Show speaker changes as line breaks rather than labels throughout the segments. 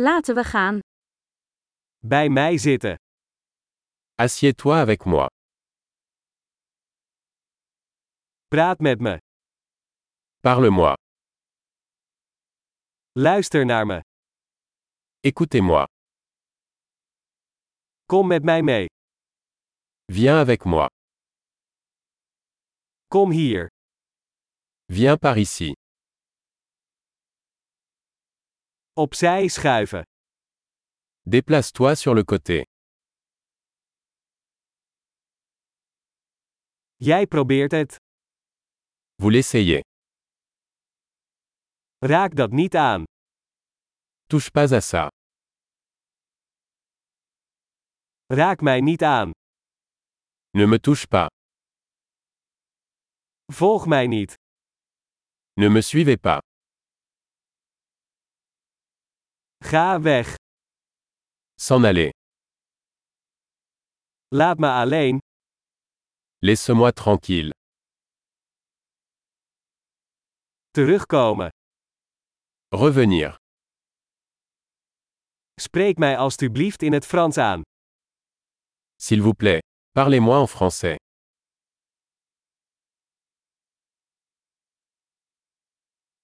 Laten we gaan.
Bij mij zitten.
Assieds-toi avec moi.
Praat met me.
Parle-moi.
Luister naar me.
Écoutez-moi.
Kom met mij mee.
Viens avec moi.
Kom hier.
Viens par ici.
Opzij schuiven.
Déplace-toi sur le côté.
Jij probeert het.
Vous l'essayez.
Raak dat niet aan.
Touche pas à ça.
Raak mij niet aan.
Ne me touche pas.
Volg mij niet.
Ne me suivez pas.
Ga weg.
S'en aller.
Laat me alleen.
Laisse-moi tranquille.
Terugkomen.
Revenir.
Spreek mij alstublieft in het Frans aan.
S'il vous plaît. Parlez-moi en français.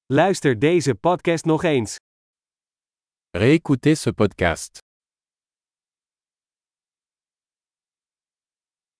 Luister deze podcast nog eens.
Réécoutez ce podcast.